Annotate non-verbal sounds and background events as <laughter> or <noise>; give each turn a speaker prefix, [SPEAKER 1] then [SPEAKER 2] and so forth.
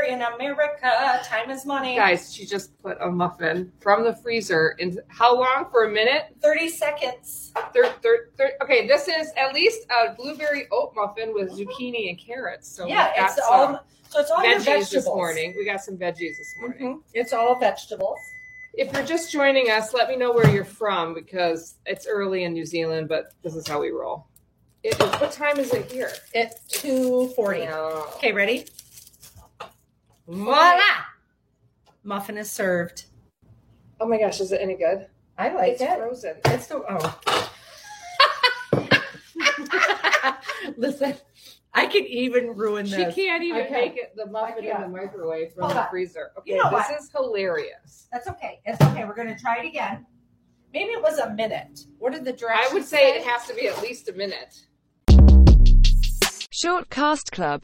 [SPEAKER 1] in America. Time is money.
[SPEAKER 2] Guys, she just put a muffin from the freezer in how long? For a minute?
[SPEAKER 1] 30 seconds.
[SPEAKER 2] Thir- thir- thir- okay, this is at least a blueberry oat muffin with zucchini and carrots. So
[SPEAKER 1] yeah,
[SPEAKER 2] we've got
[SPEAKER 1] it's
[SPEAKER 2] some
[SPEAKER 1] all so it's all your
[SPEAKER 2] veggies
[SPEAKER 1] vegetables.
[SPEAKER 2] this morning. We got some veggies this morning.
[SPEAKER 1] Mhm. It's all vegetables.
[SPEAKER 2] If you're just joining us, let me know where you're from because it's early in New Zealand, but this is how we roll. It is, what time is it here? Oh,
[SPEAKER 1] At 240.
[SPEAKER 2] No.
[SPEAKER 1] Okay, ready?
[SPEAKER 2] Voila!
[SPEAKER 1] Muffin is served.
[SPEAKER 2] Oh my gosh, is it any good?
[SPEAKER 1] I like
[SPEAKER 2] it's
[SPEAKER 1] it.
[SPEAKER 2] frozen.
[SPEAKER 1] It's the oh. <laughs> Listen, I could even ruin
[SPEAKER 2] She
[SPEAKER 1] this.
[SPEAKER 2] can't even
[SPEAKER 1] Okay.
[SPEAKER 2] make it the muffin in
[SPEAKER 1] can't.
[SPEAKER 2] the microwave from
[SPEAKER 1] Hold
[SPEAKER 2] the
[SPEAKER 1] on.
[SPEAKER 2] freezer. Okay,
[SPEAKER 1] You know
[SPEAKER 2] this
[SPEAKER 1] what?
[SPEAKER 2] is hilarious.
[SPEAKER 1] That's okay. It's okay. We're gonna try it again. Maybe it was a minute. What did the
[SPEAKER 2] I
[SPEAKER 1] directions
[SPEAKER 2] would say it has to be at least a minute.
[SPEAKER 3] Shortcast Club.